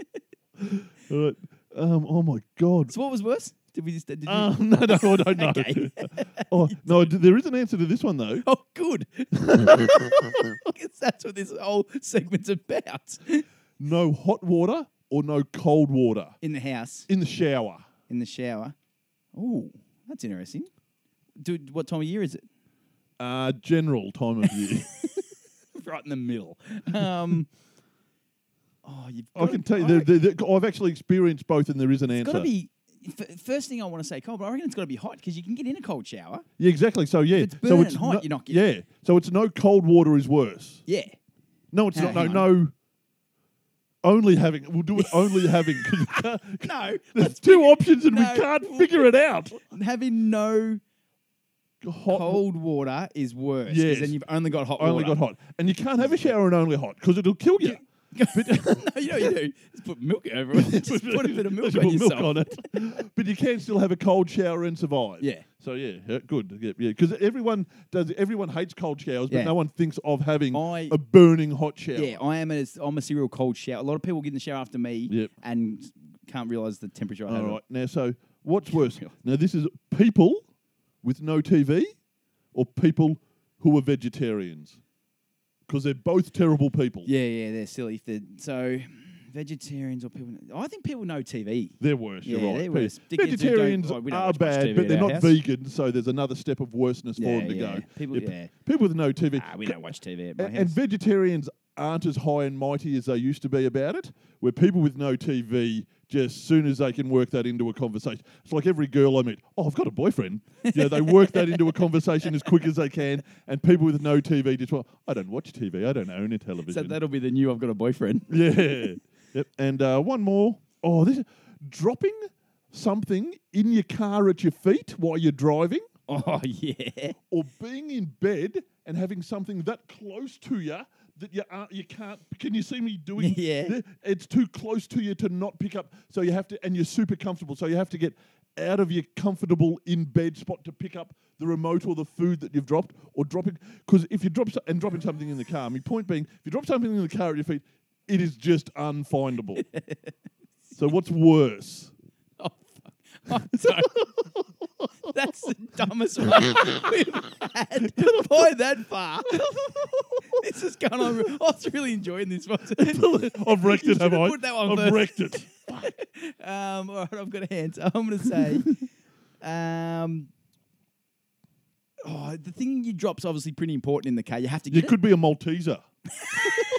Speaker 3: All right. Um, oh my god.
Speaker 2: So what was worse? Did we just? Did you,
Speaker 3: Um, no, no, I don't know.
Speaker 2: Okay.
Speaker 3: oh no, d- there is an answer to this one though.
Speaker 2: oh, good. 'Cause that's what this whole segment's about.
Speaker 3: No hot water or no cold water
Speaker 2: In the house,
Speaker 3: in the shower.
Speaker 2: in the shower. Oh, that's interesting. Dude, what time of year is it?
Speaker 3: Uh, general time of year.
Speaker 2: Right in the middle. Um, oh, you've.
Speaker 3: I
Speaker 2: gotta-
Speaker 3: can tell you,
Speaker 2: I
Speaker 3: there,
Speaker 2: reckon
Speaker 3: there, there- I've actually experienced both, and there is an
Speaker 2: It's
Speaker 3: answer.
Speaker 2: got to be. f- First thing I want to say, cold, but I reckon it's got to be hot because you can get in a cold shower.
Speaker 3: yeah, exactly. So yeah,
Speaker 2: it's
Speaker 3: so
Speaker 2: burning
Speaker 3: it's
Speaker 2: hot,
Speaker 3: no-
Speaker 2: you're not getting
Speaker 3: Yeah, so it's no cold water is worse.
Speaker 2: Yeah.
Speaker 3: No, it's
Speaker 2: Hang
Speaker 3: not. No,
Speaker 2: on,
Speaker 3: no. Only having. We'll do it. Only having. 'cause we can't-
Speaker 2: No,
Speaker 3: There's two options, and
Speaker 2: no.
Speaker 3: we can't figure it out.
Speaker 2: having no
Speaker 3: Hot.
Speaker 2: cold water is worse. 'cause
Speaker 3: Yes.
Speaker 2: Then you've only got hot
Speaker 3: Only
Speaker 2: water.
Speaker 3: got hot, and you can't have a shower and only hot because it'll kill you.
Speaker 2: no, you know what you do. Just put milk over it. Just put a bit of milk
Speaker 3: Just
Speaker 2: on
Speaker 3: put milk
Speaker 2: yourself.
Speaker 3: on it. but you can still have a cold shower and survive.
Speaker 2: Yeah.
Speaker 3: So yeah, yeah, good. Yeah, because everyone does. Everyone hates cold showers, but
Speaker 2: Yeah.
Speaker 3: no one thinks of having
Speaker 2: I-
Speaker 3: a burning hot shower.
Speaker 2: Yeah, I am. A, I'm a serial cold shower. A lot of people get in the shower after me
Speaker 3: Yep.
Speaker 2: and can't realise the temperature. I
Speaker 3: All
Speaker 2: have.
Speaker 3: right. Now, so what's worse?
Speaker 2: Yeah.
Speaker 3: Now, this is people with no TV or people who are vegetarians because they're both terrible people.
Speaker 2: Yeah, yeah, they're silly. If they're, so vegetarians or people, I think people know TV.
Speaker 3: They're worse.
Speaker 2: Yeah,
Speaker 3: you're right.
Speaker 2: they're worse.
Speaker 3: Pe-
Speaker 2: Dickheads who don't-
Speaker 3: Vegetarians
Speaker 2: like, we don't
Speaker 3: are
Speaker 2: watch much TV
Speaker 3: bad,
Speaker 2: at
Speaker 3: but they're
Speaker 2: our
Speaker 3: not
Speaker 2: house.
Speaker 3: vegan, so there's another step of worseness
Speaker 2: Yeah,
Speaker 3: for them to
Speaker 2: yeah.
Speaker 3: go.
Speaker 2: People-
Speaker 3: pe-
Speaker 2: yeah.
Speaker 3: people with no TV.
Speaker 2: Ah, we don't watch TV at my
Speaker 3: And,
Speaker 2: house.
Speaker 3: and vegetarians aren't as high and mighty as they used to be about it. Where people with no TV, just soon as they can work that into a conversation, it's like every girl I meet. Oh, I've got a boyfriend. Yeah, they work that into a conversation as quick as they can. And people with no TV just well, I don't watch TV. I don't own a
Speaker 2: so
Speaker 3: television.
Speaker 2: that'll be the new. I've got a boyfriend.
Speaker 3: yeah. Yep. And uh, one more. Oh, this dropping something in your car at your feet while you're driving,
Speaker 2: Oh yeah.
Speaker 3: or being in bed and having something that close to you that you aren't, you can't. Can you see me doing?
Speaker 2: Yeah.
Speaker 3: th- It's too close to you to not pick up. So you have to, and you're super comfortable. So you have to get out of your comfortable in bed spot to pick up the remote or the food that you've dropped, or dropping. Because if you drop so- and dropping something in the car, my point being, if you drop something in the car at your feet, it is just unfindable. so what's worse?
Speaker 2: Oh, fuck. I'm sorry. That's the dumbest one we've had by that far. this is going on. I was really enjoying this one.
Speaker 3: I've wrecked
Speaker 2: You
Speaker 3: it, have
Speaker 2: should've
Speaker 3: I?
Speaker 2: put that one
Speaker 3: I've
Speaker 2: first.
Speaker 3: wrecked it.
Speaker 2: um, all right, I've got a hand. I'm going to say. Um, oh, the thing you drop's obviously pretty important in the car. You have to
Speaker 3: You
Speaker 2: get it.
Speaker 3: could be a Malteser.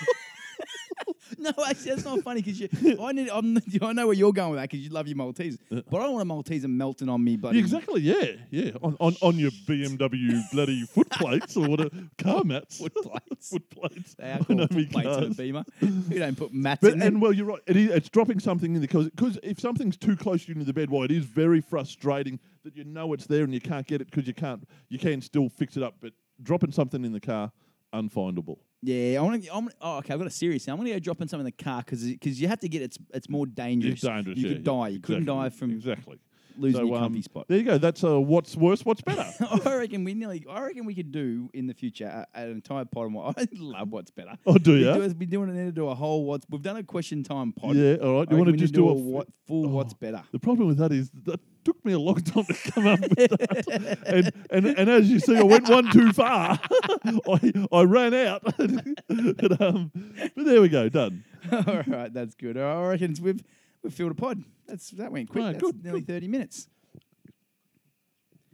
Speaker 2: No, actually, that's not funny because I need. I'm, I know where you're going with that because you love your Maltese, but I don't want a Malteser melting on me, buddy.
Speaker 3: Yeah, Uh. exactly. Yeah, yeah. On on, on your BMW bloody foot plates or whatever car mats. Foot
Speaker 2: plates.
Speaker 3: foot plates.
Speaker 2: They are
Speaker 3: I know
Speaker 2: called
Speaker 3: me
Speaker 2: foot plates in a
Speaker 3: cars.
Speaker 2: beamer. We don't put mats
Speaker 3: But
Speaker 2: in
Speaker 3: and
Speaker 2: them.
Speaker 3: well, you're right. It is, it's dropping something in the because because if something's too close to you in the bed, well, it is very frustrating that you know it's there and you can't get it because you can't you can still fix it up. But dropping something in the car, unfindable.
Speaker 2: Yeah, I want to. I'm, oh, okay, I've got a serious. now. I'm going to go dropping something in the car because you have to get it's it's more dangerous.
Speaker 3: It's dangerous.
Speaker 2: You
Speaker 3: yeah,
Speaker 2: could
Speaker 3: yeah,
Speaker 2: die. You couldn't
Speaker 3: exactly,
Speaker 2: die from
Speaker 3: exactly
Speaker 2: losing
Speaker 3: So,
Speaker 2: your comfy
Speaker 3: um,
Speaker 2: spot.
Speaker 3: There you go. That's uh, what's worse, what's better.
Speaker 2: I reckon we nearly. I reckon we could do in the future uh, an entire pod on what I love. What's better?
Speaker 3: Oh, do
Speaker 2: We
Speaker 3: ya?
Speaker 2: do- We've been doing it to do a whole what's. We've done a question time pod.
Speaker 3: yeah. All right.
Speaker 2: I
Speaker 3: You
Speaker 2: reckon
Speaker 3: want to
Speaker 2: we
Speaker 3: just
Speaker 2: need
Speaker 3: do a Oh,
Speaker 2: a what, full what's better?
Speaker 3: The problem with that is that took me a long time to come up with that. and, and, and as you see, I went one too far. I, I ran out. but, um, but there we go, done.
Speaker 2: All right, that's good. I reckon it's- we've we've filled a pod. That's that went quick.
Speaker 3: Right,
Speaker 2: that's
Speaker 3: Oh, good,
Speaker 2: nearly thirty minutes.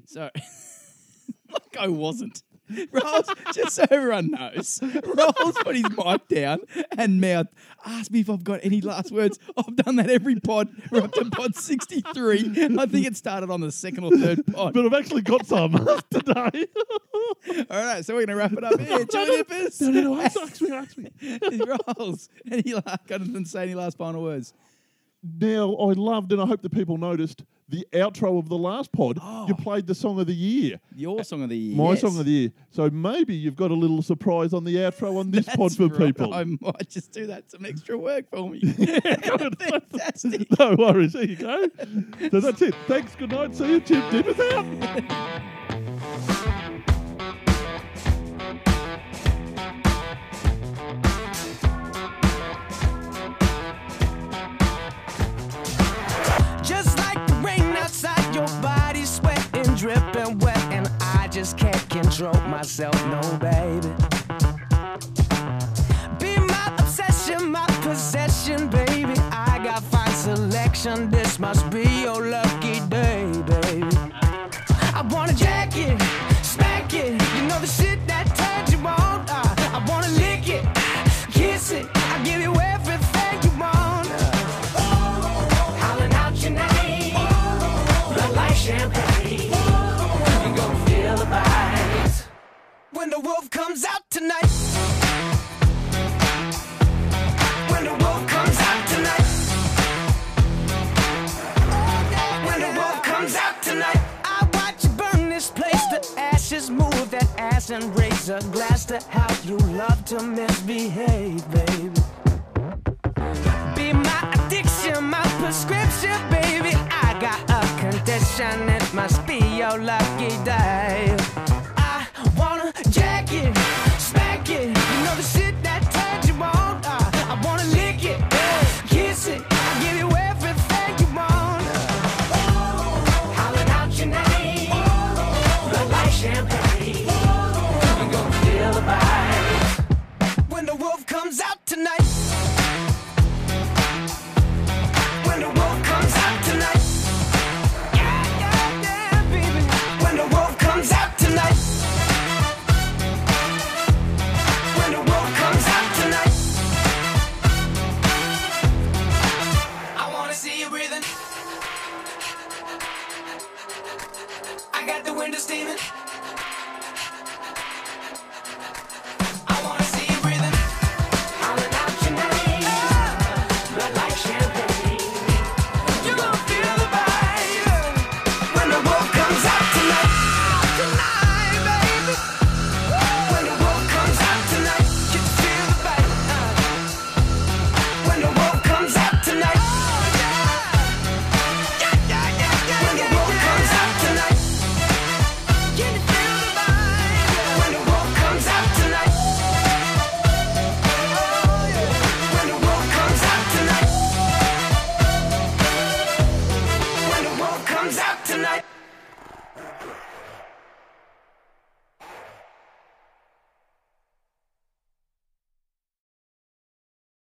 Speaker 2: So, like I wasn't. Rolls, just so everyone knows, Rolls put his mic down and mouth, ask me if I've got any last words. I've done that every pod. We're up to pod 63. I think it started on the second or third pod.
Speaker 3: But I've actually got some today.
Speaker 2: All right, so we're going to wrap it up here. Chili Dippers.
Speaker 3: no, no, no, ask me, ask me.
Speaker 2: Rolls. Any last, got anything to say? Any last final words?
Speaker 3: Now, I loved, and I hope the people noticed, the outro of the last pod. You played the song of the year.
Speaker 2: Your song of the year.
Speaker 3: My song of the year. So maybe you've got a little surprise on the outro on this pod for people.
Speaker 2: I might just do that some extra work for me. Fantastic.
Speaker 3: No worries. There you go. so that's it. Thanks. Good night. See you. Chip Dippers out.
Speaker 4: Just like the rain outside, your body sweating, dripping wet, and I just can't control myself, no, baby. Be my obsession, my possession, baby. I got fine selection, this must be your lucky day, baby. I wanna jack it, smack it. You know the shit that turns you on. Uh, I wanna lick it, kiss it. I give you everything you want. Hollering out your name, blood like champagne. You gonna feel the bite when the wolf comes out tonight. When the wolf comes out tonight. When the wolf comes out tonight, I watch you burn this place to ashes. Move that ass and raise a glass to how you love to misbehave, baby. Be my addiction, my prescription, baby. I got a condition, it must be your lucky day. I wanna jack it, smack it, you know the shit that turns you on. Uh, I wanna lick it, uh, kiss it, I give you everything you want. Hollering out your name, blood like champagne. You gonna feel the bite when the wolf comes out tonight. When the wolf comes out tonight. Yeah, yeah, yeah, baby. When the wolf comes out tonight. When the wolf comes out tonight. I wanna see you breathing. I got the window steaming.